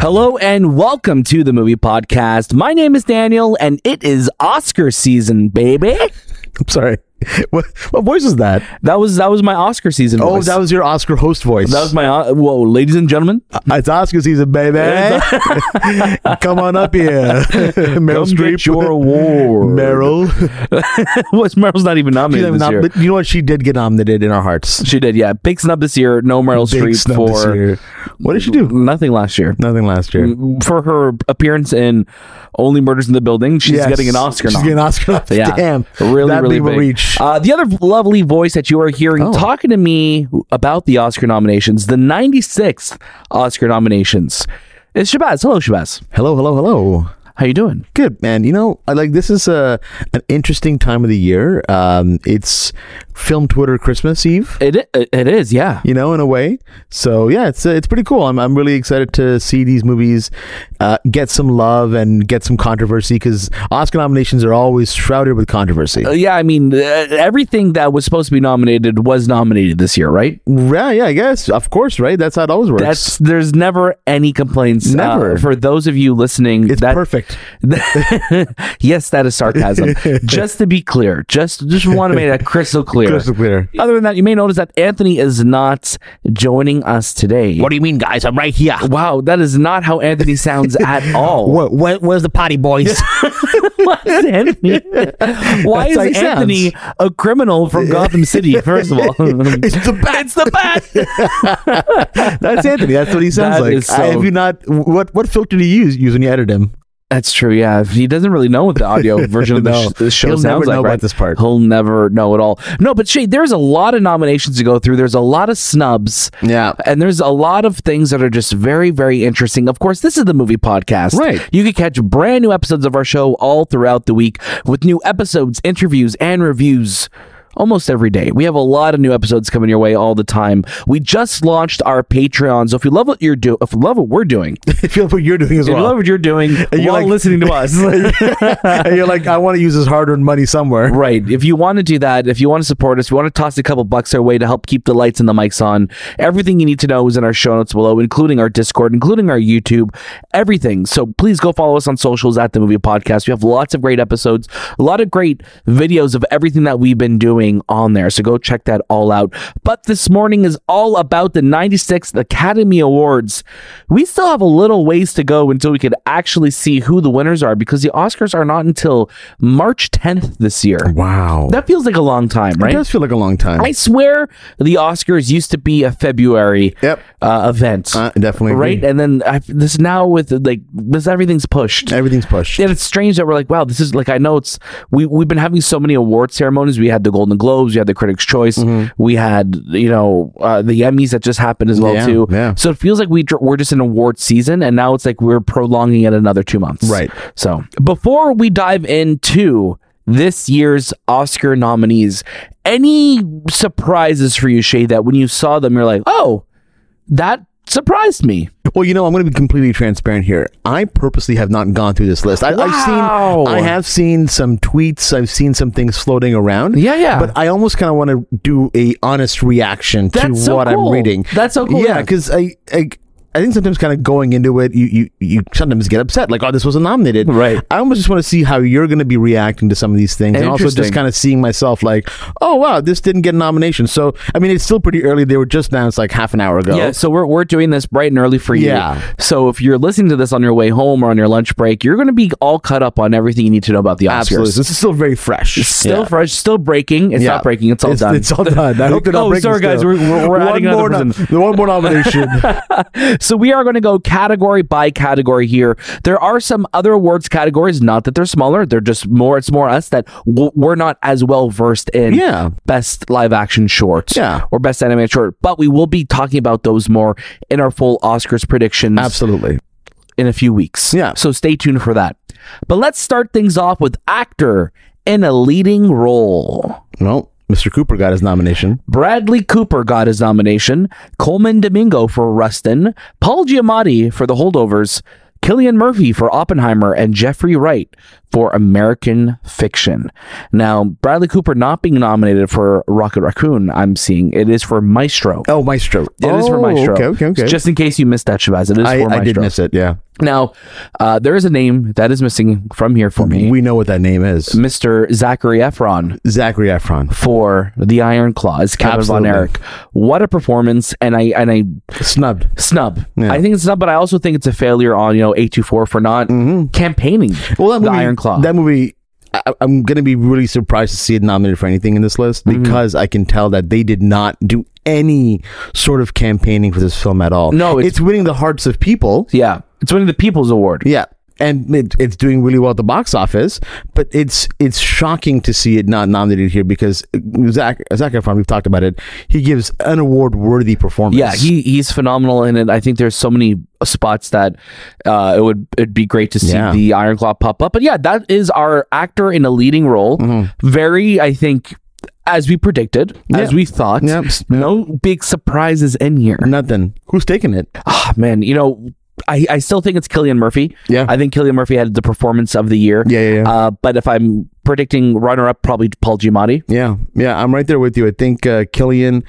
Hello and welcome to the movie podcast. My name is Daniel and it is Oscar season, baby. I'm sorry. What, what voice is that? That was that was my Oscar season. Oh, voice. that was your Oscar host voice. that was my o- whoa, ladies and gentlemen. it's Oscar season, baby. Come on up here, Meryl Come Streep. get your award. Meryl. What's Meryl's not even She's nominated not this nom- year. but you know what? She did get nominated in our hearts. she did, yeah. Big snub this year. No Meryl Big Streep snub for this year. What did she do? nothing last year. Nothing last year. For her appearance in Only Murders in the Building, she's Yes. getting an Oscar. She's nom. getting an Oscar. nom. Yeah. Damn. Really, that really big of a big. reach. Uh, the other lovely voice that you are hearing Oh. talking to me about the Oscar nominations, the 96th Oscar nominations, is Shabazz. Hello, Shabazz. hello, hello, hello. How you doing? Good man. You know, I like this is a an interesting time of the year. Um, it's film Twitter Christmas Eve. It i- it is, yeah. you know, in a way. So yeah, it's uh, it's pretty cool. I'm I'm really excited to see these movies uh, get some love and get some controversy because Oscar nominations are always shrouded with controversy. Uh, Yeah, I mean, uh, everything that was supposed to be nominated was nominated this year, right? yeah, yeah, I guess of course, right? That's how it always works. That's there's never any complaints. uh, Never. for those of you listening. it's that, perfect. yes, that is sarcasm. just to be clear, just just want to make that crystal clear. Crystal clear. Other than that, you may notice that Anthony is not joining us today. What do you mean, guys? I'm right here. Wow, that is not how Anthony sounds at all. Where, where, where's the potty boys? Why is Anthony? Why That's how he is sounds. Anthony a criminal from Gotham City? First of all, It's the bat. it's the bat. That's Anthony. That's what he sounds That like. is so- I- have you not? What what filter do you use, use when you edit him? That's true. Yeah, he doesn't really know what the audio version of the, No. sh- the show He'll sounds never like. know about right? this part. He'll never know at all. No, but Shay, there's a lot of nominations to go through. There's a lot of snubs. Yeah. And there's a lot of things that are just very, very interesting. Of course, this is the movie podcast. Right. You can catch brand new episodes of our show all throughout the week with new episodes, interviews, and reviews. Almost every day. We have a lot of new episodes coming your way all the time. We just launched our Patreon. So if you love what you're doing, if you love what we're doing, I feel like what you're doing as if you love well. what you're doing And you're while like- listening to us. and you're like, I want to use this hard-earned money somewhere. Right. If you want to do that, if you want to support us, if you want to toss a couple bucks our way to help keep the lights and the mics on, everything you need to know is in our show notes below, including our Discord, including our YouTube, everything. So please go follow us on socials at the Movie Podcast. We have lots of great episodes, a lot of great videos of everything that we've been doing on there. So go check that all out. But this morning is all about the 96th Academy Awards. We still have a little ways to go until we could actually see who the winners are because the Oscars are not until March 10th this year. Wow. That feels like a long time, It right? does feel like a long time. I swear the Oscars used to be a February Yep. uh, event, Uh, definitely. agree. right? And then I, this now with like this everything's pushed. Everything's pushed. And it's strange that we're like, wow, this is like I know it's we we've been having so many award ceremonies. We had the Golden Globes, we had the Critics' Choice, Mm-hmm. we had you know uh, the Emmys that just happened as well Yeah, too. yeah. So it feels like we dr- we're just in award season, and now it's like we're prolonging it another two months. Right. So before we dive into this year's Oscar nominees, any surprises for you, Shay? That when you saw them, you're like, oh, that surprised me. Well, you know, I'm going to be completely transparent here. I purposely have not gone through this list. I, I've Wow. seen, I have seen some tweets. I've seen some things floating around. Yeah, yeah. But I almost kind of want to do a honest reaction to That's so what cool. I'm reading. That's so cool, Yeah, yeah. because I, I, I think sometimes kind of going into it, you, you, you sometimes get upset, like, oh, this wasn't nominated. Right. I almost just want to see how you're going to be reacting to some of these things, and also just Interesting. kind of seeing myself, like, oh wow, this didn't get a nomination. So I mean, it's still pretty early. They were just announced like half an hour ago. Yeah, so we're, we're doing this bright and early for you. Yeah. So if you're listening to this on your way home or on your lunch break, you're going to be all caught up on everything you need to know about the Oscars. Absolutely. This is still very fresh. It's still fresh, still breaking. It's Yeah. not breaking. It's all done. It's all done. I hope they're not Oh, breaking sorry, guys, still. we're- we're- we're one adding another more nom- the one more nomination. so we are going to go category by category here. There are some other awards categories, not that they're smaller. They're just more. It's more us that w- we're not as well versed in. Yeah. Best live action short. Yeah. Or best animated short. But we will be talking about those more in our full Oscars predictions. Absolutely. in a few weeks. Yeah. So stay tuned for that. But let's start things off with actor in a leading role. Well, Mr. Cooper got his nomination. Bradley Cooper got his nomination, Coleman Domingo for Rustin, Paul Giamatti for The Holdovers, Killian Murphy for Oppenheimer, and Jeffrey Wright for American Fiction. Now, Bradley Cooper not being nominated for Rocket Raccoon, I'm seeing it is for Maestro. Oh, Maestro. It is for Oh, Maestro. Okay, okay, okay. Just in case you missed that, Shabazz, it is I, for Maestro. I did miss it. Yeah, Now, uh, there is a name that is missing from here for me. we know what that name is. Mr. Zachary Efron Zachary Efron. for The Iron Claws, Kevin Absolutely. Von Erich. What a performance! And I and I Snubbed. snub. Yeah. I think it's snub, but I also think it's a failure on you know eight two four for not campaigning. Mm-hmm. Well, that the movie, Iron Claw. That movie, I, I'm going to be really surprised to see it nominated for anything in this list Mm-hmm. because I can tell that they did not do any sort of campaigning for this film at all. No, it's, it's- winning the hearts of people. yeah, it's winning the People's Award. Yeah. And it, it's doing really well at the box office, but it's it's shocking to see it not nominated here because Zach Zach Efron, we've talked about it. He gives an award worthy performance. Yeah, he, he's phenomenal in it. I think there's so many spots that uh, it would it'd be great to see Yeah. the Iron Claw pop up. But yeah, that is our actor in a leading role. Very, I think, as we predicted, as Mm-hmm. Yeah. we thought. Yep. Mm. No big surprises in here. nothing. Who's taking it? Ah, man, you know, I, I still think it's Killian Murphy. Yeah. I think Killian Murphy had the performance of the year. Yeah, yeah, yeah. Uh, but if I'm predicting runner up, probably Paul Giamatti. Yeah, yeah, I'm right there with you. I think uh, Killian,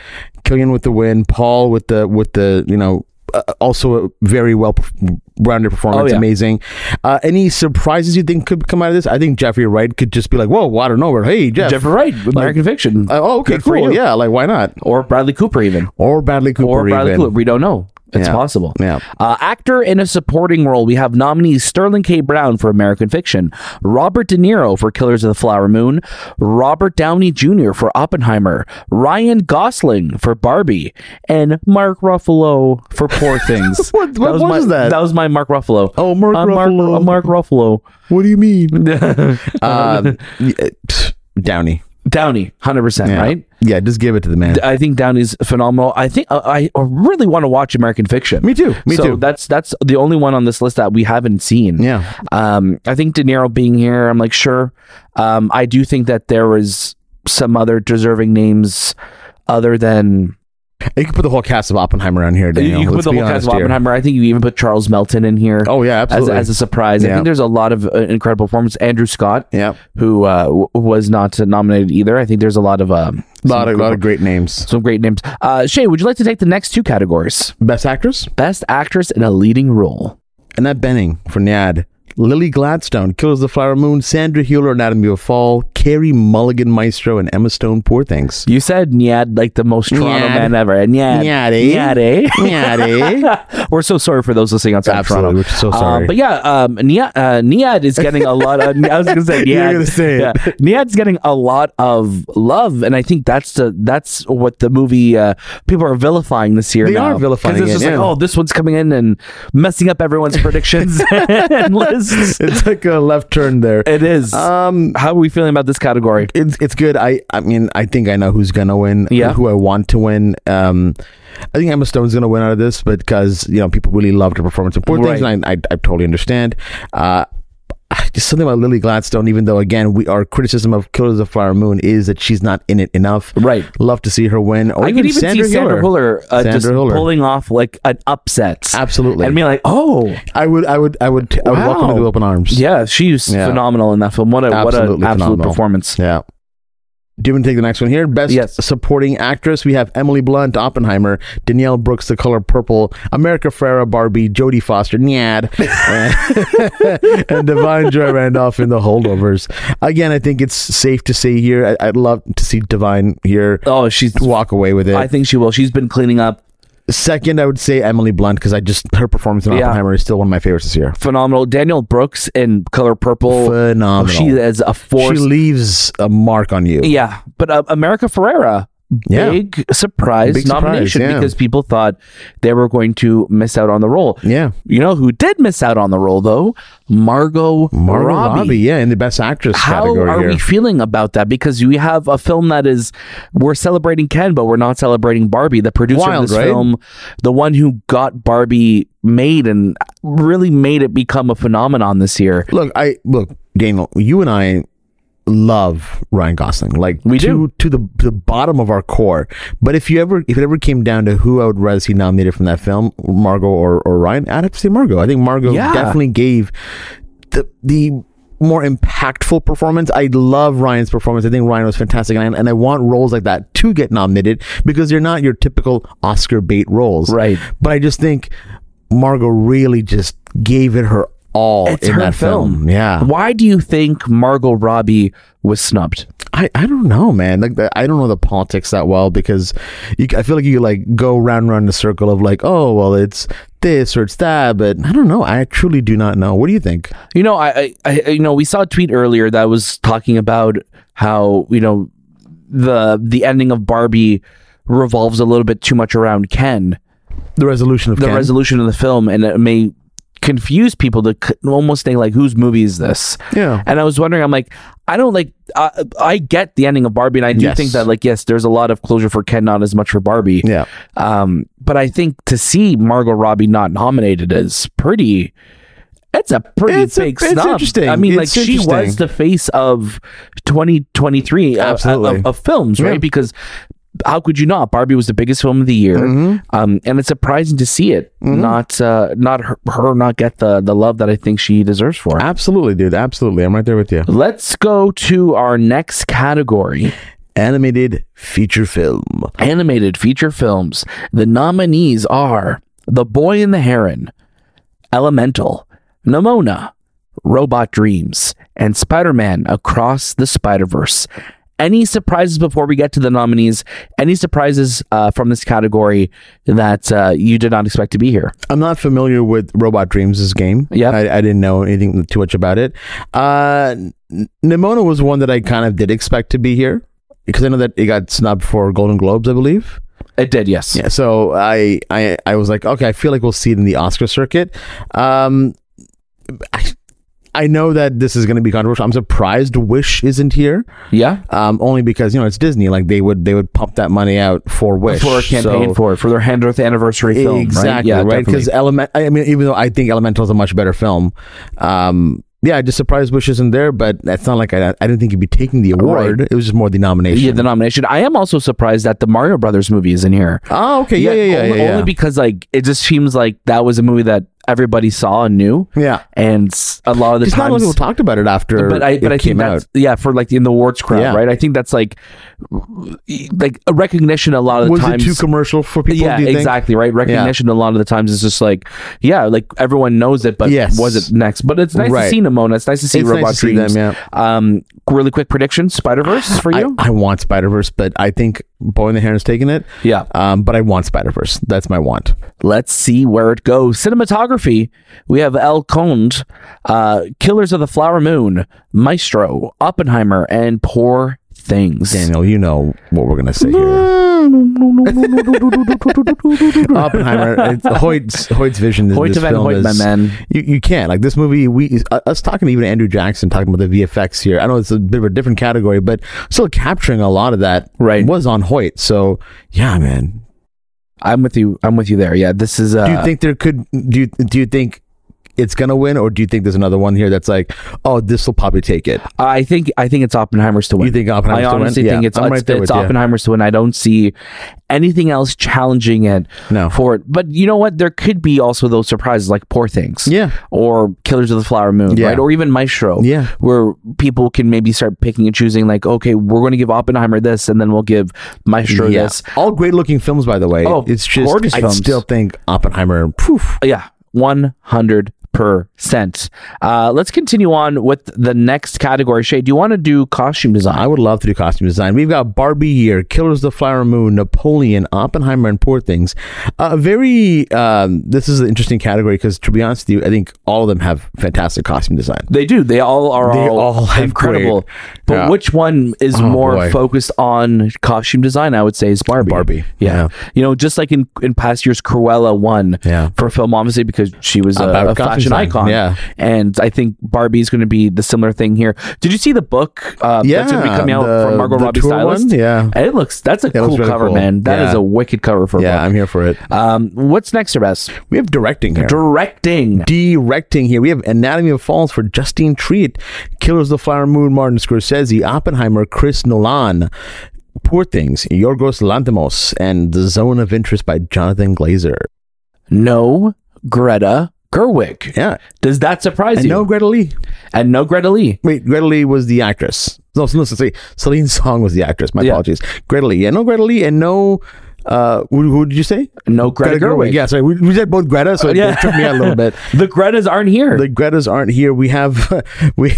Killian with the win, Paul with the with the you know uh, also a very well perf- rounded performance, Oh, yeah. amazing. Uh, any surprises you think could come out of this? I think Jeffrey Wright could just be like, whoa, out of nowhere, hey Jeff. Jeffrey Wright with American Fiction. Uh, oh, okay, Good for cool. you. Yeah, like why not? or Bradley Cooper, even. Or Bradley Cooper. or Bradley even. Cooper. We don't know. It's Yeah. possible. Yeah. Uh, actor in a supporting role, we have nominees Sterling K. Brown for American Fiction, Robert De Niro for Killers of the Flower Moon, Robert Downey Jr. for Oppenheimer, Ryan Gosling for Barbie, and Mark Ruffalo for Poor Things. What- what was, was my, that? was my Mark Ruffalo. Oh, Mark I'm Mark- Ruffalo. I'm Mark Ruffalo. What do you mean? um, yeah, pfft, Downey. Downey, hundred percent, Yeah. right? Yeah, just give it to the man. I think Downey's phenomenal. I think uh, I really want to watch American Fiction. Me too, me so too. That's that's the only one on this list that we haven't seen. Yeah. Um, I think De Niro being here, I'm like sure. Um, I do think that there was some other deserving names other than you could put the whole cast of Oppenheimer on here. Daniel. you could put Let's the be whole cast of honest here. Oppenheimer. I think you even put Charles Melton in here. Oh As, yeah, absolutely. as a surprise, I Yeah. think there's a lot of uh, incredible performance. Andrew Scott, yeah, who uh, w- was not nominated either, I think there's a lot of um, some lot of, good- lot of great names. some great names. Uh, Shay, would you like to take the next two categories? Best Actress, Best actress in a leading role. Annette Benning for NAD, Lily Gladstone, Killers of the Flower Moon, Sandra Hewler, Anatomy of a Fall, Carrie Mulligan, Maestro, and Emma Stone, Poor Things. You said Nyad like the most Toronto Nyad. man ever. Nyad. Nyad, eh? Nyad, eh? Nyad, We're so sorry for those listening outside of Absolutely, Toronto. we're so Uh, sorry. but yeah, um, Nyad, uh, Nyad is getting a lot of, I was going to say Nyad. You were gonna say it. Yeah. Nyad's getting a lot of love. And I think that's the, that's what the movie, uh, people are vilifying this year They now. are vilifying 'Cause it's it, just yeah. like, oh, this one's coming in and messing up everyone's predictions and lists. it's like a left turn there. It is. Um, How are we feeling about this category? it's it's good. I I mean I think I know who's gonna win. Yeah. who I want to win. Um, I think Emma Stone's gonna win out of this, but because you know people really loved her performance in Poor Things, Right. and I, I I totally understand. Uh. Just something about Lily Gladstone, even though again we our criticism of Killers of the Flower Moon is that she's not in it enough. Right. Love to see her win. Or I could even see Sandra Huller, uh, Sandra just Hüller. pulling off like an upset. Absolutely. And be like, oh, I would I would I would I would welcome her Wow. with open arms. yeah, she's Yeah. phenomenal in that film. What a what Absolutely an absolute phenomenal. performance. Yeah. Do you want to take the next one here? Best Yes. supporting actress. We have Emily Blunt, Oppenheimer, Danielle Brooks, The Color Purple, America Ferrera, Barbie, Jodie Foster, Nyad, and- and Divine Joy Randolph in The Holdovers. Again, I think it's safe to say here, I, I'd love to see Divine here Oh, she's. walk away with it. I think she will. She's been cleaning up. Second, I would say Emily Blunt because I just, her performance in Yeah. Oppenheimer is still one of my favorites this year. Phenomenal. Daniel Brooks in Color Purple. Phenomenal. She is Oh, a She force. leaves a mark on you. yeah, but uh, America Ferrera. Yeah. Big surprise Big surprise, nomination yeah. because people thought they were going to miss out on the role. Yeah. You know who did miss out on the role though? Margot, Margot Robbie. Robbie. yeah, in the best actress how category are here. we feeling about that? Because we have a film that is we're celebrating Ken, but we're not celebrating Barbie. The producer Wild, of this right? film, the one who got Barbie made and really made it become a phenomenon this year. look, I look, Daniel, you and I love Ryan Gosling. Like We to, do. to the to the bottom of our core. But if you ever if it ever came down to who I would rather see nominated from that film, Margot or, or Ryan, I'd have to say Margot. I think Margot Yeah. definitely gave the the more impactful performance. I love Ryan's performance. I think Ryan was fantastic, and I, and I want roles like that to get nominated because they're not your typical Oscar bait roles, Right. But I just think Margot really just gave it her all It's in her that film. film. Yeah, Why do you think Margot Robbie was snubbed? I, I don't know, man. Like the- I don't know the politics that well because you, I feel like you like go round and round in a circle of like, oh well, it's this or it's that, but I don't know. I truly do not know. What do you think? You know, I, I, I you know, we saw a tweet earlier that was talking about how you know the the ending of Barbie revolves a little bit too much around Ken, The resolution of the Ken? resolution of the film, and it may confuse people to c- almost think like, whose movie is this? Yeah. And I was wondering, I'm like, I don't like, I, I get the ending of Barbie, and I do Yes. think that like, yes, there's a lot of closure for Ken, not as much for Barbie. Yeah. Um, but I think to see Margot Robbie not nominated is pretty. It's a pretty It's a- big it's snub. interesting. I mean, It's like she was interesting. the face of 2023 of- Absolutely. uh, Of, of films, right? Yeah. Because how could you not? Barbie was the biggest film of the year, Mm-hmm. um, and it's surprising to see it not uh, not her, her not get the the love that I think she deserves for it. Absolutely, dude. Absolutely. I'm right there with you. Let's go to our next category. Animated feature film. animated feature films. The nominees are The Boy and the Heron, Elemental, Nomona, Robot Dreams, and Spider Man Across the Spider Verse. Any surprises before we get to the nominees? Any surprises uh, from this category that uh, you did not expect to be here? I'm not familiar with Robot Dreams' this game. Yep. I, I didn't know anything too much about it. Uh, N- Nimona was one that I kind of did expect to be here because I know that it got snubbed for Golden Globes, I believe. It did, yes. Yeah, so I, I I was like, okay, I feel like we'll see it in the Oscar circuit. Um, I, I know that this is going to be controversial. I'm surprised Wish isn't here, Yeah? um, only because you know it's Disney. Like they would they would pump that money out for Wish For a campaign So- for for their 100th anniversary film, right? exactly Yeah, right definitely. because element. I mean, even though I think Elemental is a much better film, um, yeah, just surprised Bush isn't there. But that's not like I, I didn't think he'd be taking the award. It was just more the nomination. yeah, the nomination. I am also surprised that the Mario Brothers movie is in here. oh, okay, yeah, yeah, yeah, only, yeah, yeah. only because like it just seems like that was a movie that everybody saw and knew, yeah. and s- a lot of the Just not a lot of people times. talked about it after, But I, but it I came think out. that's yeah for like in the awards crowd, Yeah. right? I think that's like like a recognition a lot of the Was times. it too commercial for people? yeah, do you Think? exactly right. Recognition a lot of the times is just like yeah, like everyone knows it, but Yes. was it next? But it's nice to Right. see Nimona. It's nice to see It's nice Robot to see Dreams. them, Um, really quick prediction: Spider Verse for I, you? I want Spider Verse, but I think Boy and the Heron's taking it. yeah. Um, but I want Spider Verse. That's my want. Let's see where it goes. Cinematography. We have El Conde, uh, Killers of the Flower Moon, Maestro, Oppenheimer, and Poor Things. Daniel, you know what we're gonna say here. Oppenheimer, it's Hoyt's Hoyt's vision. in Hoyt this van film Hoyt, is- my man. You, you can't like this movie. We uh, us talking to even Andrew Jackson talking about the VFX here. I know it's a bit of a different category, but still capturing a lot of that. Right. was on Hoyt. So yeah, man. I'm with you. I'm with you there. Yeah, this is. Uh, Do you think there could do? You, do you think it's gonna win, or do you think there's another one here that's like, oh, this will probably take it? I think. I think it's Oppenheimer's to win. You think Oppenheimer's I to win? honestly Yeah, think it's, I'm it's, right there it's with you. Oppenheimer's to win. I don't see anything else challenging it No. for it. But you know what? There could be also those surprises like Poor Things. Yeah. Or Killers of the Flower Moon, Yeah. right? Or even Maestro. Yeah. Where people can maybe start picking and choosing, like, okay, we're going to give Oppenheimer this, and then we'll give Maestro this. all great looking films, by the way. Oh, it's just gorgeous I films. still think Oppenheimer. Poof. Yeah, 100%. Uh, let's continue on with the next category. Shay, do you want to do costume design? I would love to do costume design. We've got Barbie year, Killers of the Flower Moon, Napoleon, Oppenheimer, and Poor Things. Uh, very. Um, this is an interesting category because, to be honest with you, I think all of them have fantastic costume design. They do. They all are They all, all have incredible. great- But Yeah. which one is Oh, more boy. focused on costume design? I would say is Barbie. Barbie, Yeah. yeah. You know, just like in in past years, Cruella won Yeah. for film, obviously because she was a, About a costume fashion design. icon. Yeah. And I think Barbie's going to be the similar thing here. Did you see the book? Uh, That's going to be Yeah, coming out the- from Margot the Robbie tour stylist. one? Yeah. And it looks, that's a looks cool really cover, cool. man. That is Yeah. a wicked cover for a Yeah, book. I'm here for it. Um, what's next, Sebas? We have directing here. Directing. directing here. We have Anatomy of Falls for Justine Treat, Killers of the Flower Moon, Martin Scorsese, Oppenheimer, Chris Nolan, Poor Things, Yorgos Lanthimos, and The Zone of Interest by Jonathan Glazer. No Greta Gerwig. Yeah. Does that surprise And you? no Greta Lee. and no Greta Lee. Wait, Greta Lee was the actress. No, no, sorry. Celine Song was the actress. My Yeah. apologies. Greta Lee. Yeah, no Greta Lee and no. Uh, who, who did you say? No Greta, Gerwig. Yeah, sorry. We, we said both Greta, so yeah. it took me out a little bit. The Gretas aren't here. the Gretas aren't here. We have we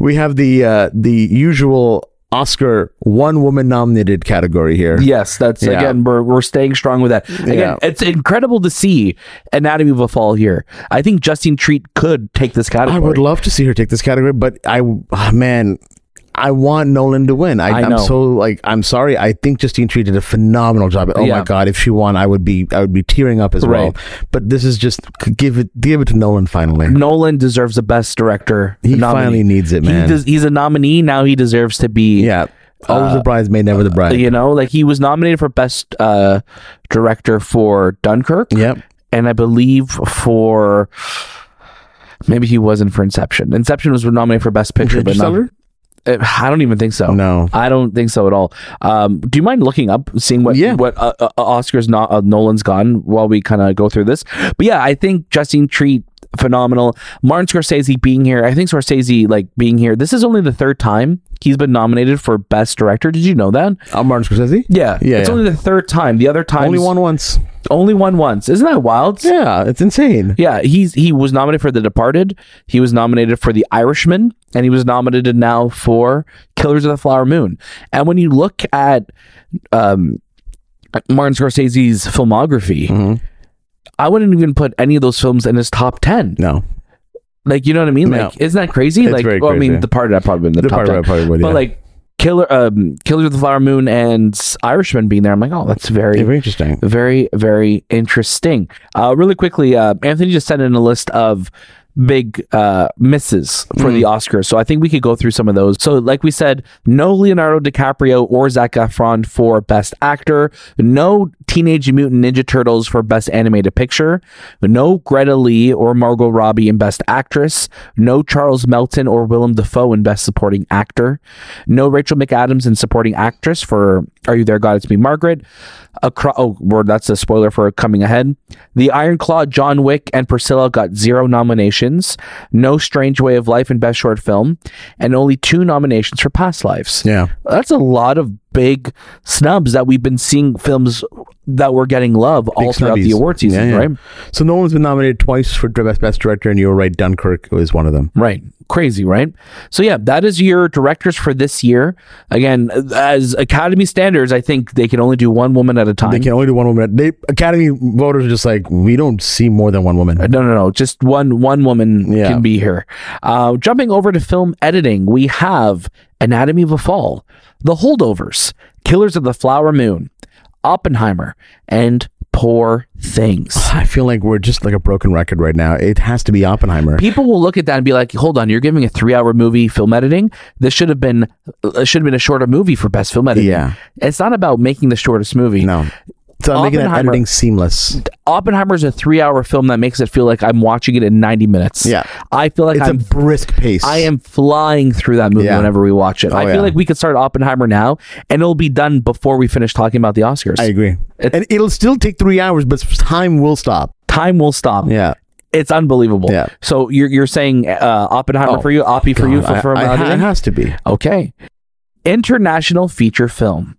we have the uh, the usual Oscar one woman nominated category here. Yes, that's Yeah. again we're we're staying strong with that. Again, Yeah. it's incredible to see Anatomy of a Fall here. I think Justine Treat could take this category. I would love to see her take this category, but I ah, man, I want Nolan to win. I, I I am know. so like I'm sorry. I think Justine Tree did a phenomenal job. Oh Yeah. my god, if she won, I would be I would be tearing up as Right. well. But this is just give it give it to Nolan finally. Nolan deserves a Best Director. He nominee. finally needs it, He man. des- he's a nominee now. He deserves to be. yeah, always the bridesmaid, never the bride. You know, like he was nominated for Best uh, Director for Dunkirk. Yep. and I believe for maybe he wasn't for Inception. Inception was nominated for Best Picture, but not. Interstellar? Uh, I don't even think so. No. I don't think so at all. Um, do you mind looking up, seeing what Yeah. what uh, uh, Oscars not uh, Nolan's gone while we kind of go through this? But yeah, I think Justine Treat phenomenal. Martin Scorsese being here, I think Scorsese like being here. This is only the third time he's been nominated for Best Director. Did you know that? Uh, Martin Scorsese. Yeah, Yeah, It's yeah. only the third time. The other times Only one once. only one once. Isn't that wild? Yeah, it's insane. Yeah, he's he was nominated for The Departed. He was nominated for The Irishman, and he was nominated now for Killers of the Flower Moon. And when you look at um, Martin Scorsese's filmography, Mm-hmm. I wouldn't even put any of those films in his top ten. No. Like, you know what I mean? No. Like, isn't that crazy? It's like, very well, I mean, crazy. The Departed, I probably in the, The top Departed, ten, I probably would, but yeah. like. Killer, um, Killers of the Flower Moon and Irishman being there, I'm like, oh, that's very, Very interesting. very, very interesting. Uh, really quickly, uh, Anthony just sent in a list of big uh, misses for the Oscars. So I think we could go through some of those. So, like we said, no Leonardo DiCaprio or Zach Efron for Best Actor, no Teenage Mutant Ninja Turtles for Best Animated Picture, no Greta Lee or Margot Robbie in Best Actress, no Charles Melton or Willem Dafoe in Best Supporting Actor, no Rachel McAdams in Supporting Actress for Are You There, God? It's Me, Margaret. Acro- oh, word, that's a spoiler for coming ahead. The Iron Claw, John Wick, and Priscilla got zero nominations, no Strange Way of Life in Best Short Film, and only two nominations for Past Lives. Yeah. That's a lot of big snubs that we've been seeing films that were getting love all throughout the snubbies. award season, Yeah, yeah. right? So no one's been nominated twice for Best Best Director, and you were right. Dunkirk was one of them. Right. Crazy, right? So yeah, that is your directors for this year. Again, as Academy standards, I think they can only do one woman at a time. They can only do one woman. They Academy voters are just like we don't see more than one woman. Uh, No, no, no. Just one one woman Yeah. can be here. Uh, jumping over to film editing, we have Anatomy of a Fall, The Holdovers, Killers of the Flower Moon, Oppenheimer, and Poor Things. I feel like we're just like a broken record right now. It has to be Oppenheimer. People will look at that and be like, "Hold on, you're giving a three-hour movie film editing. This should have been it should have been a shorter movie for best film editing." Yeah. it's not about making the shortest movie. No. So I'm making that Oppenheimer- editing seamless. Oppenheimer is a three-hour film that makes it feel like I'm watching it in 90 minutes. Yeah. I feel like It's I'm a brisk pace. I am flying through that movie Yeah. Oh, whenever we watch it. I feel yeah. like we could start Oppenheimer now, and it'll be done before we finish talking about the Oscars. I agree. It's- and it'll still take three hours, but time will stop. Time will stop. Yeah. It's unbelievable. Yeah. So you're you're saying uh, Oppenheimer Oh, for you, Oppie for you, for, I- for I- Melody? it has to be. Okay. International feature film.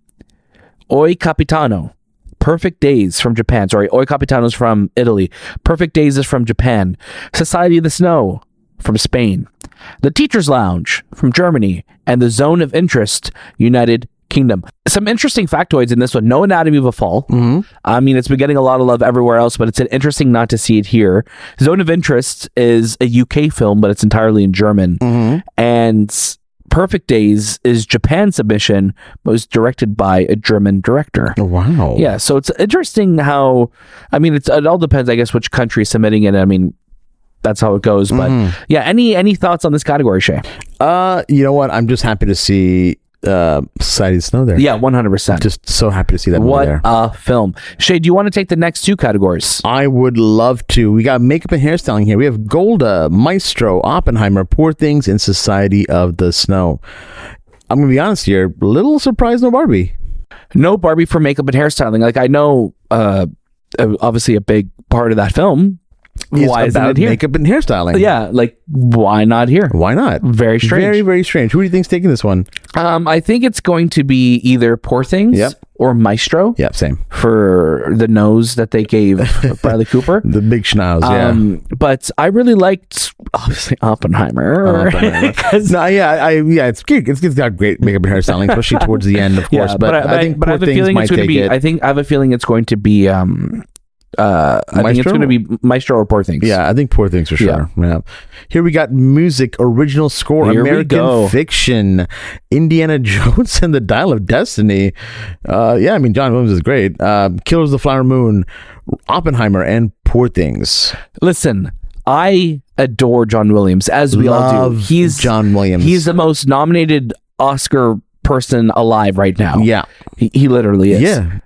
Oi Capitano. Perfect Days from Japan. Sorry, Oi Capitano's from Italy. Perfect Days is from Japan. Society of the Snow from Spain. The Teacher's Lounge from Germany. And The Zone of Interest, United Kingdom. Some interesting factoids in this one. No Anatomy of a Fall. I mean, it's been getting a lot of love everywhere else, but it's interesting not to see it here. Zone of Interest is a UK film, but it's entirely in German. And Perfect Days is Japan's submission, but was directed by a German director. Wow. Yeah, so it's interesting how, I mean, it's, it all depends, I guess, which country is submitting it. I mean, that's how it goes. But Mm-hmm. yeah, any any thoughts on this category, Shay? Uh, you know what? I'm just happy to see uh Society of Snow there. Yeah, one hundred percent. Just so happy to see that movie What there. a film, Shay. Do you want to take the next two categories? I would love to. We got makeup and hairstyling here. We have Golda, Maestro, Oppenheimer, Poor Things, and Society of the Snow. I'm gonna be honest here. Little surprise, no Barbie. No Barbie for makeup and hairstyling. Like I know, uh, uh, obviously a big part of that film. It's why isn't about it here? Makeup and hairstyling. Yeah, like why not here? Why not? Very strange. Very very strange. Who do you think's taking this one? Um, I think it's going to be either Poor Things Yep. or Maestro Yeah, same. for the nose that they gave Bradley Cooper. The big schnauz. Yeah. Um, but I really liked obviously Oppenheimer. Oppenheimer. no, yeah, I, yeah, it's cute. It's, it's got great makeup and hairstyling, especially towards the end, of course. but, I, think but I poor have a things feeling might it's going to take be. it. I think I have a feeling it's going to be. Um, uh, I think it's Maestro? going to be Maestro or Poor Things. yeah, I think poor things for sure. Yeah. Here we got music, original score, Here we go. American fiction, Indiana Jones and the Dial of Destiny. Uh, yeah, I mean John Williams is great. Uh, Killers of the Flower Moon, Oppenheimer, and Poor Things. Listen, I adore John Williams as we all do. Love He's John Williams. He's the most nominated Oscar person alive right now. yeah, He, he literally is. yeah.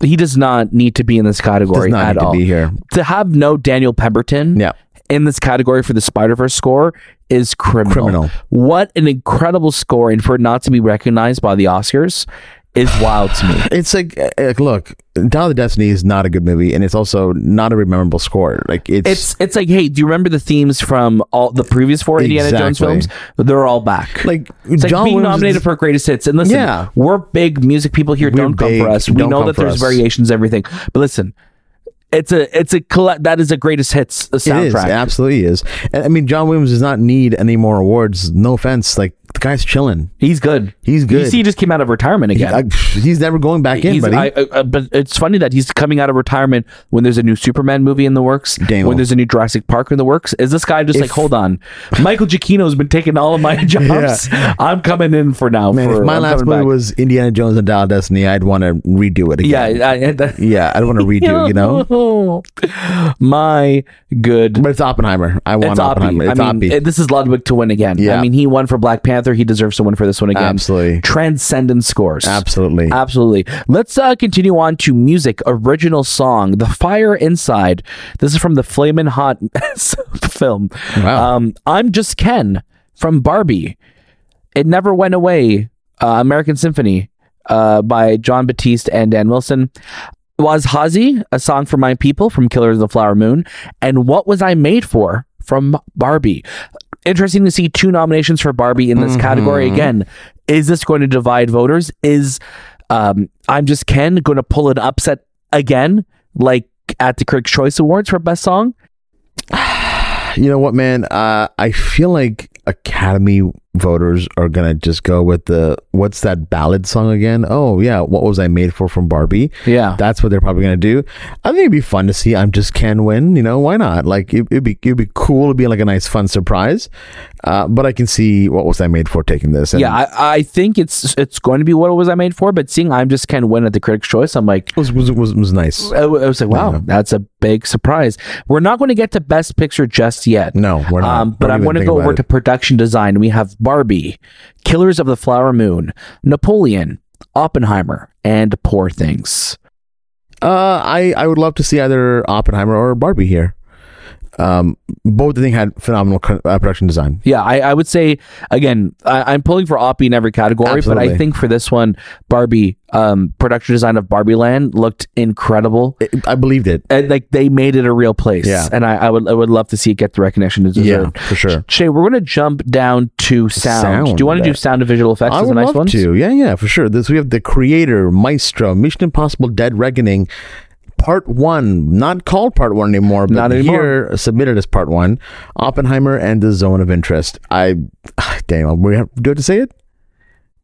He does not need to be in this Does category not at need all. to be here. To have no Daniel Pemberton Yeah. in this category for the Spider Verse score is criminal. Criminal. What an incredible score, and for it not to be recognized by the Oscars is wild to me. It's like, uh, like look, Dial of Destiny is not a good movie, and it's also not a rememberable score. Like it's, It's it's like, hey, do you remember the themes from all the previous four Indiana Jones Exactly. films? They're all back. like It's like John being Williams nominated is- for greatest hits. And listen, Yeah. we're big music people here. don't come big, for us. We don't know come that for there's us. variations, everything. But listen, it's a it's a collect. That is a greatest hits uh, It is, it soundtrack. absolutely is. And, I mean, John Williams does not need any more awards. No offense, like the guy's chilling. He's good. He's good. You see, he just came out of retirement again. I- he's never going back in, He's- buddy. I- I- I- but it's funny that he's coming out of retirement when there's a new Superman movie in the works, Daniel. when there's a new Jurassic Park in the works. Is this guy just like, hold on, Michael Giacchino's been taking all of my jobs. I'm coming in for now. Man, for, if my I'm last coming movie back." was Indiana Jones and Dial of Destiny, I'd want to redo it yeah, again. I, I, Yeah, I'd want to redo, you know? My good. But it's Oppenheimer. I want It's Oppenheimer. Oppie. It's I mean, Oppie. it- this is Ludwig to win again. Yeah. I mean, he won for Black Panther. He deserves to win for this one again. Absolutely. Transcendent scores. Absolutely. Absolutely. Let's uh, continue on to music, original song, "The Fire Inside." This is from the Flamin' Hot film. Wow. Um, I'm just Ken from Barbie. It never went away. Uh, American Symphony uh, by John Batiste and Dan Wilson. Was Hazi a song for my people from Killers of the Flower Moon? And what was I made for from Barbie? Interesting to see two nominations for Barbie in this category again. Is this going to divide voters? Is um, I'm just Ken going to pull an upset again, like at the Critics' Choice Awards for Best Song? you know what, man? Uh, I feel like Academy voters are gonna just go with the what's that ballad song again? Oh yeah, what was I made for from Barbie? Yeah. That's what they're probably gonna do. I think it'd be fun to see. I'm just can win. You know why not? Like it, it'd be it'd be cool. It'd be like a nice fun surprise. Uh, but I can see what was I made for taking this. And yeah, I, I think it's it's going to be what it was I made for. But seeing I'm just Ken win at the Critics' Choice, I'm like, was was was, was nice. I w- I was like, wow, that's a big surprise. We're not going to get to Best Picture just yet. No, we're not. Um, but Don't I'm even going to think go about over it. to production design. We have Barbie, Killers of the Flower Moon, Napoleon, Oppenheimer, and Poor Things. Uh, I I would love to see either Oppenheimer or Barbie here. Um, both I think had phenomenal co- uh, production design. Yeah, I, I would say again, I, I'm pulling for Oppie in every category, but I Absolutely. think for this one, Barbie, um, production design of Barbie Land looked incredible. It- I believed it. and like they made it a real place. Yeah. And I, I would I would love to see it get the recognition it deserved. for sure. Shay, we're gonna jump down to sound. Sound, do you want to do that- sound and visual effects I as a would nice love one? to. Yeah, yeah, for sure. This we have the creator, Maestro, Mission Impossible: Dead Reckoning, Part One. Not called Part One anymore, but Not anymore. here submitted as Part One. Oppenheimer and the Zone of Interest. I, ah, damn, we have, do we have to say it?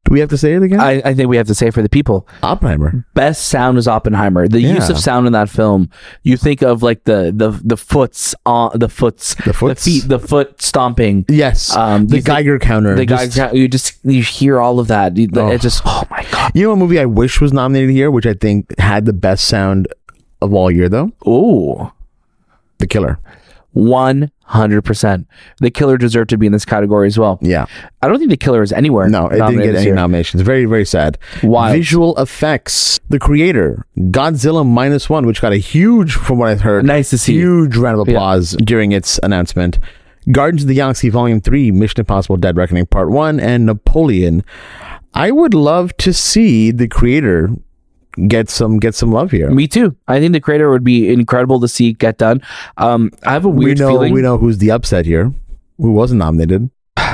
Do we have to say it again? I, I think we have to say for the people, Oppenheimer. best sound is Oppenheimer. The use Yeah. of sound in that film, you think of like the the the foots on the foots, the foots? the feet, the foot stomping. Yes. Um, the you think- Geiger counter. The just- guy, you just you hear all of that. You- Oh. It just oh my god. You know, a movie I wish was nominated here, which I think had the best sound of all year, though. Ooh. The Killer. One 100%. The Killer deserved to be in this category as well. Yeah. I don't think The Killer is anywhere. No, it didn't nominated get this any year. nominations. Very, very sad. Wild. Visual effects. The creator, Godzilla minus one, which got a huge, from what I've heard, Nice to see. huge round of applause during its announcement. Guardians of the Galaxy Volume 3, Mission Impossible Dead Reckoning Part 1, and Napoleon. I would love to see the creator get some get some love here. Me too. I think the creator would be incredible to see get done. Um, I have a We weird know feeling. we know who's the upset here. Who wasn't nominated?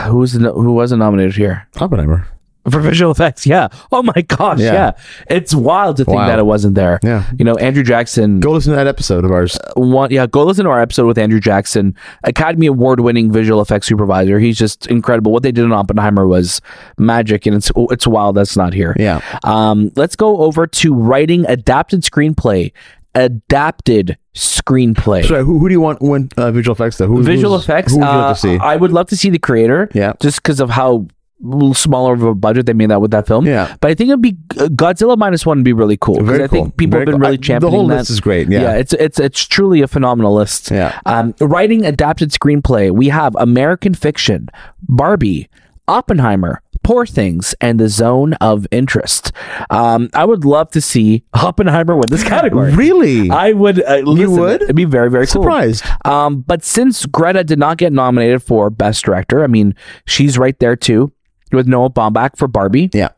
Who was no- who wasn't nominated here Oppenheimer. for visual effects? Yeah. Oh my gosh. Yeah. Yeah. It's wild to think Wild. that it wasn't there. Yeah. You know, Andrew Jackson. Go listen to that episode of ours. one yeah go listen to our episode with andrew jackson academy award winning visual effects supervisor he's just incredible what they did in oppenheimer was magic and it's it's wild that's not here Yeah. um let's go over to writing adapted screenplay adapted screenplay So who, who do you want when uh, visual effects though? Who, visual who's- effects Who would you uh, like to see? i would love to see the creator Yeah. just because of how little smaller of a budget they made that with that film Yeah. but i think it'd be godzilla minus one would be really cool 'cause Very i cool. think people Very have been cool. really I- championing The whole that list is great. Yeah. it's it's it's truly a phenomenal list. Yeah. Um, writing adapted screenplay, we have American Fiction, Barbie, Oppenheimer, Poor Things, and The Zone of Interest. Um, I would love to see Oppenheimer win this category. Really? I would. Uh, listen, would? It'd be very, very cool. Surprised. Um, but since Greta did not get nominated for Best Director, I mean, she's right there too with Noah Baumbach for Barbie. yeah.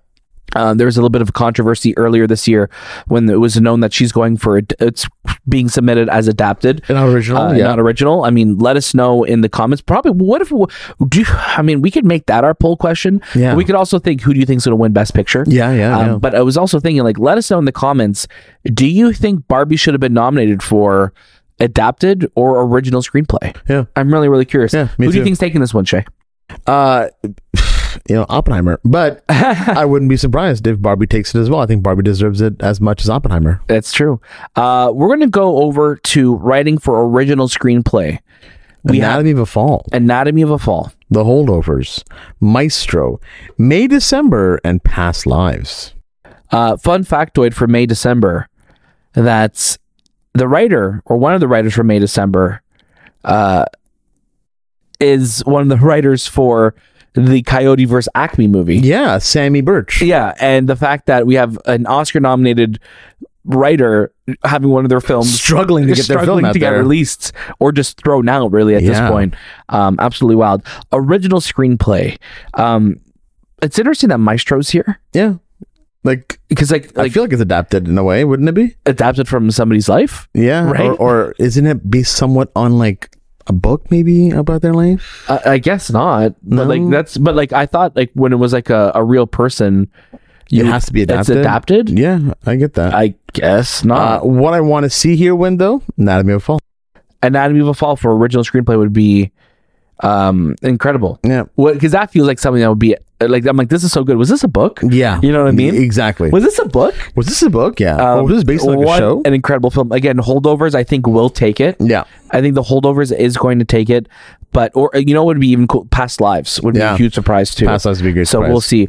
Uh, there was a little bit of controversy earlier this year when it was known that she's going for ad- it's being submitted as adapted. An original. Uh, Oh, yeah. Not original. I mean, let us know in the comments. Probably, what if? Do you- I mean we could make that our poll question? Yeah. We could also think who do you think's going to win Best Picture? yeah. Yeah. Um, yeah. But I was also thinking, like, let us know in the comments. Do you think Barbie should have been nominated for adapted or original screenplay? Yeah. I'm really, really curious. Yeah, me who do too. you think's taking this one, Shay? Uh, you know Oppenheimer, but I wouldn't be surprised if Barbie takes it as well. I think Barbie deserves it as much as Oppenheimer. That's true. Uh, we're going to go over to writing for original screenplay. We have Anatomy of a Fall, Anatomy of a Fall. The Holdovers, Maestro, May December, and Past Lives. Uh, fun factoid for May December that's the writer or one of the writers for May December uh, is one of the writers for the Coyote vs. Acme movie. Yeah, Sammy Birch. Yeah, and the fact that we have an Oscar-nominated writer having one of their films Struggling to get their film struggling out to get there. released or just thrown out, really at this Yeah. point, um, absolutely wild. Original screenplay. Um, it's interesting that Maestro's here Yeah, like, because, like, I like feel like it's adapted in a way, wouldn't it be? adapted from somebody's life. Yeah, Right? Or, or isn't it based somewhat on like a book, maybe about their life? I, I guess not. No. But like that's. But like I thought, like when it was like a, a real person, it has to be it's adapted. adapted. Yeah, I get that. I guess not. Uh, what I want to see here, win though, Anatomy of a Fall. Anatomy of a Fall for original screenplay would be um incredible. Yeah. What because that feels like something that would be like I'm like this is so good. Was this a book? Yeah. You know what I mean? Exactly. Was, Was this a book? this a book? Yeah. or Um, was this based on like, a what show? Mm. An incredible film. Again, Holdovers I think will take it. yeah. I think the Holdovers is going to take it, but or you know what would be even cool Past Lives would be Yeah. a huge surprise too. Past Lives would be a great So surprise. we'll see.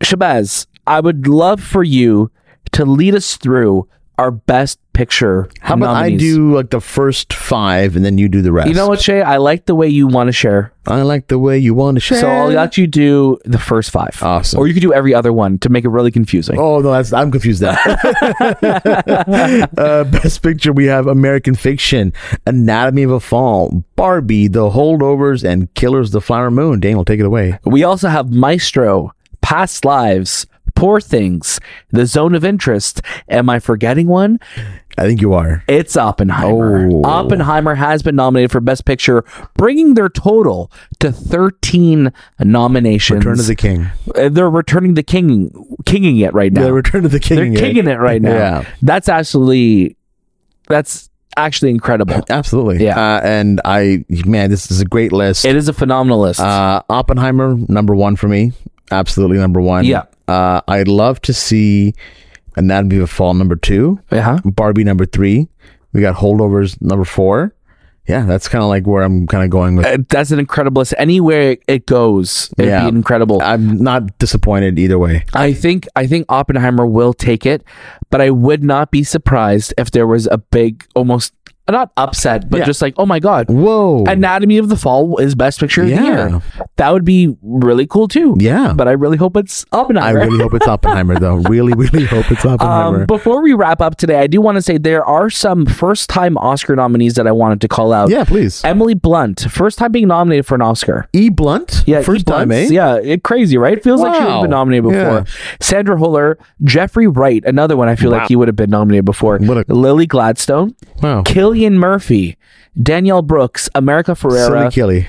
Shabazz, I would love for you to lead us through our best picture. How about I nominees. do like the first five and then you do the rest? You know what, Shay? I like the way you want to share. I like the way you want to share. So I'll let you do the first five. Awesome. Or you could do every other one to make it really confusing. Oh no, that's, I'm confused now. uh, best picture we have American Fiction, Anatomy of a Fall, Barbie, The Holdovers, and Killers of the Flower Moon. Daniel, take it away. We also have Maestro, Past Lives, Poor Things, The Zone of Interest. Am I forgetting one? I think you are. It's Oppenheimer. Oh. Oppenheimer has been nominated for Best Picture, bringing their total to 13 nominations. Return of the King. Uh, They're returning the king, kinging it right now. Yeah, Return of the King. They're kicking it right now. Yeah. That's actually that's actually incredible. Absolutely. Yeah. Uh, and I, man, this is a great list. It is a phenomenal list. Uh, Oppenheimer, number one for me. Absolutely number one. Yeah. Uh, I'd love to see Anatomy of a Fall, number two. huh Barbie, number three. We got Holdovers, number four. Yeah, that's kind of like where I'm kind of going with. That's an incredible list. Anywhere it goes, it'd Yeah. be incredible. I'm not disappointed either way. I think I think Oppenheimer will take it, but I would not be surprised if there was a big, almost not upset, but Yeah. just like, oh my god, Whoa. Anatomy of the Fall is best picture of the Yeah. year. That would be really cool too. Yeah. but I really hope it's I Oppenheimer. really hope it's Oppenheimer, though. Really, really hope it's Oppenheimer. Um, before we wrap up today, I do want to say there are some first-time Oscar nominees that I wanted to call out. yeah, please. Emily Blunt, first time being nominated for an Oscar. E. Blunt? Yeah, First E. time, eh? Blunt's- Yeah, it, crazy, right? Feels like she's Wow. been nominated before. Yeah. Sandra Huller, Jeffrey Wright, another one I feel like he would have been nominated before. What a- Lily Gladstone, Wow. Killian Murphy, Danielle Brooks, America Silly Ferrera, Killy.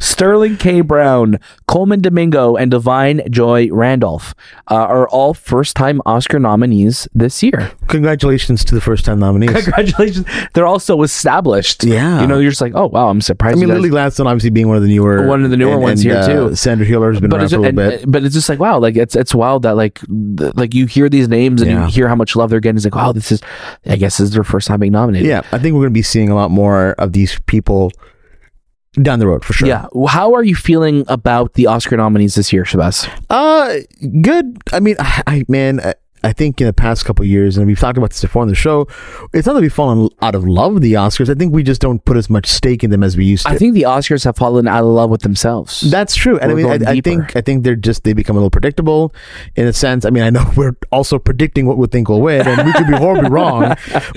Sterling K. Brown, Coleman Domingo, and Divine Joy Randolph uh, are all first time Oscar nominees this year. Congratulations to the first time nominees. Congratulations. They're all so established. Yeah. You know, you're just like, oh, wow, I'm surprised. I mean, you guys- Lily Gladstone obviously being one of the newer, One of the newer and- ones and, here, uh, too. Sandra Hiller has been but around it's, for a little bit. and- but it's just like wow like it's it's wild that like th- like you hear these names and Yeah. you hear how much love they're getting it's like wow this is i guess this is their first time being nominated yeah, I think we're going to be seeing a lot more of these people down the road for sure. yeah Well, how are you feeling about the oscar nominees this year shabazz Uh, good. I mean, I, I man, I, I think in the past couple of years, and we've talked about this before on the show, it's not that we've fallen out of love with the Oscars. I think we just don't put as much stake in them as we used to. i think the oscars have fallen out of love with themselves That's true, and I We're mean, going I, I deeper. think I think they're just they become a little predictable, in a sense. I mean, I know we're also predicting what we think will win, and we could be horribly wrong,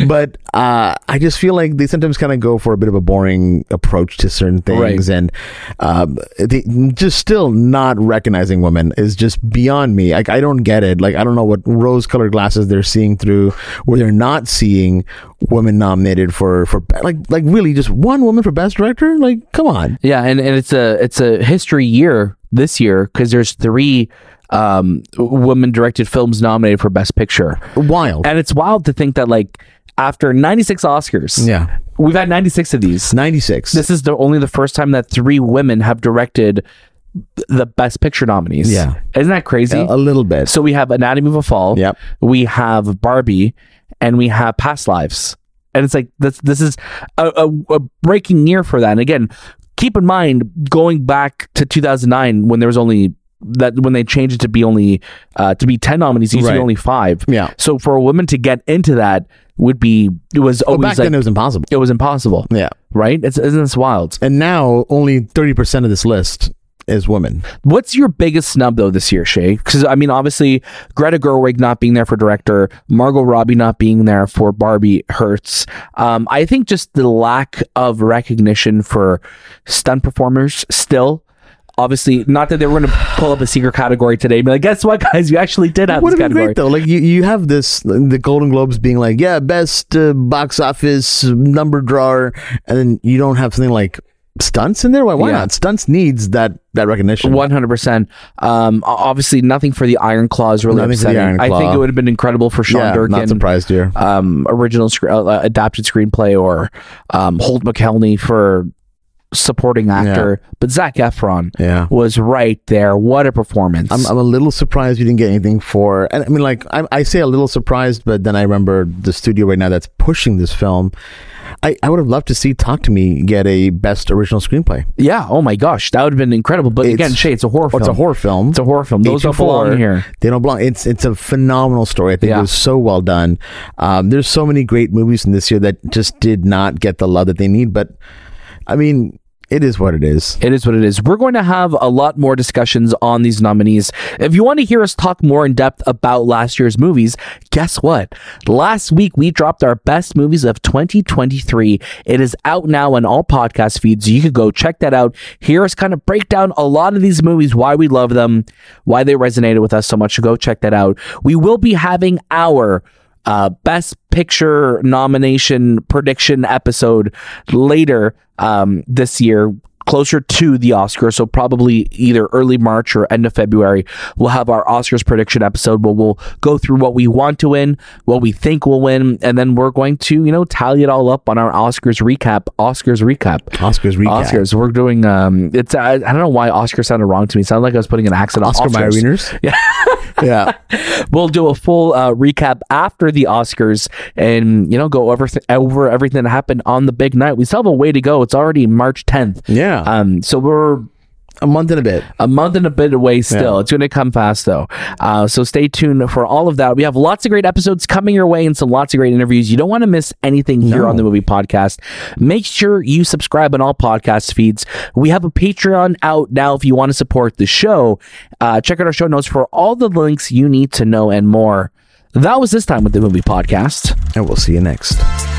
but uh, I just feel like they sometimes kind of go for a bit of a boring approach to certain things, and um, they, just still not recognizing women is just beyond me. Like I don't get it. Like I don't know what rose-colored glasses they're seeing through, where they're not seeing women nominated for for be- like like really just one woman for best director. Like come on. yeah and, and it's a it's a history year this year because there's three um women directed films nominated for best picture Wild. and it's wild to think that like after 96 oscars Yeah. we've had 96 of these 96. this is the only the first time that three women have directed the best picture nominees. Yeah. Isn't that crazy? a, a little bit. so we have Anatomy of a Fall. Yep. We have Barbie and we have Past Lives. And it's like this this is a, a, a breaking year for that. And again, keep in mind going back to 2009 when there was only that when they changed it to be only uh, to be 10 nominees, it used to be Right. only 5. Yeah. So for a woman to get into that would be it was But always back like then it was impossible. it was impossible, Yeah. right? It's, isn't this wild? And now only 30% of this list is women. What's your biggest snub though this year, Shay? Because I mean, obviously, Greta Gerwig not being there for director, Margot Robbie not being there for Barbie hurts. Um, I think just the lack of recognition for stunt performers still. Obviously, not that they were going to pull up a secret category today. And be like, guess what, guys? You actually did have Would this have been category. great though. Like you, you have this the Golden Globes being like, yeah, best uh, box office number drawer, and then you don't have something like stunts in there. Why? Why Yeah. not? Stunts needs that that recognition. One hundred percent. Um, o- obviously, nothing for the Iron Claw is really Nothing for the upsetting. Iron I think Claw. it would have been incredible for Sean Yeah, Durkin. not surprised here. um, original sc- uh, adapted screenplay or um, Holt McKelney for supporting actor, but Zach Efron Yeah. was right there. What a performance! I'm, I'm a little surprised you didn't get anything for. And I mean, like, I, I say a little surprised, but then I remember the studio right now that's pushing this film. I, I would have loved to see Talk to Me get a best original screenplay. yeah, oh my gosh, that would have been incredible. But It's- again, Shay, it's a horror Or film. it's a horror film. It's a horror film. Those don't belong 824, here. They don't belong. It's it's a phenomenal story. I think Yeah. it was so well done. Um, there's so many great movies in this year that just did not get the love that they need. But I mean, it is what it is. It is what it is. We're going to have a lot more discussions on these nominees. If you want to hear us talk more in depth about last year's movies, guess what? Last week we dropped our best movies of 2023. It is out now on all podcast feeds. You could go check that out. Hear us kind of break down a lot of these movies, why we love them, why they resonated with us so much. So go check that out. We will be having our uh, best picture nomination prediction episode later um, this year closer to the Oscars. So probably either early March or end of February, we'll have our Oscars prediction episode where we'll go through what we want to win, what we think will win, and then we're going to, you know, tally it all up on our Oscars recap. Oscars recap. Oscars recap. Oscars. We're doing um it's I, I don't know why Oscar sounded wrong to me. It sounded like I was putting an accent on Oscar Oscars. Mayer Yeah. yeah. We'll do a full uh, recap after the Oscars and you know go over over everything Uh, that happened on the big night. We still have a way to go. It's already March 10th. Yeah. Um so we're a month and a bit. a month and a bit away still. It's going to come fast though. Uh, so stay tuned for all of that. We have lots of great episodes coming your way and some lots of great interviews. You don't want to miss anything here on the movie podcast. Make sure you subscribe on all podcast feeds. We have a Patreon out now if you want to support the show. Uh, check out our show notes for all the links you need to know and more. That was this time with the movie podcast. And we'll see you next.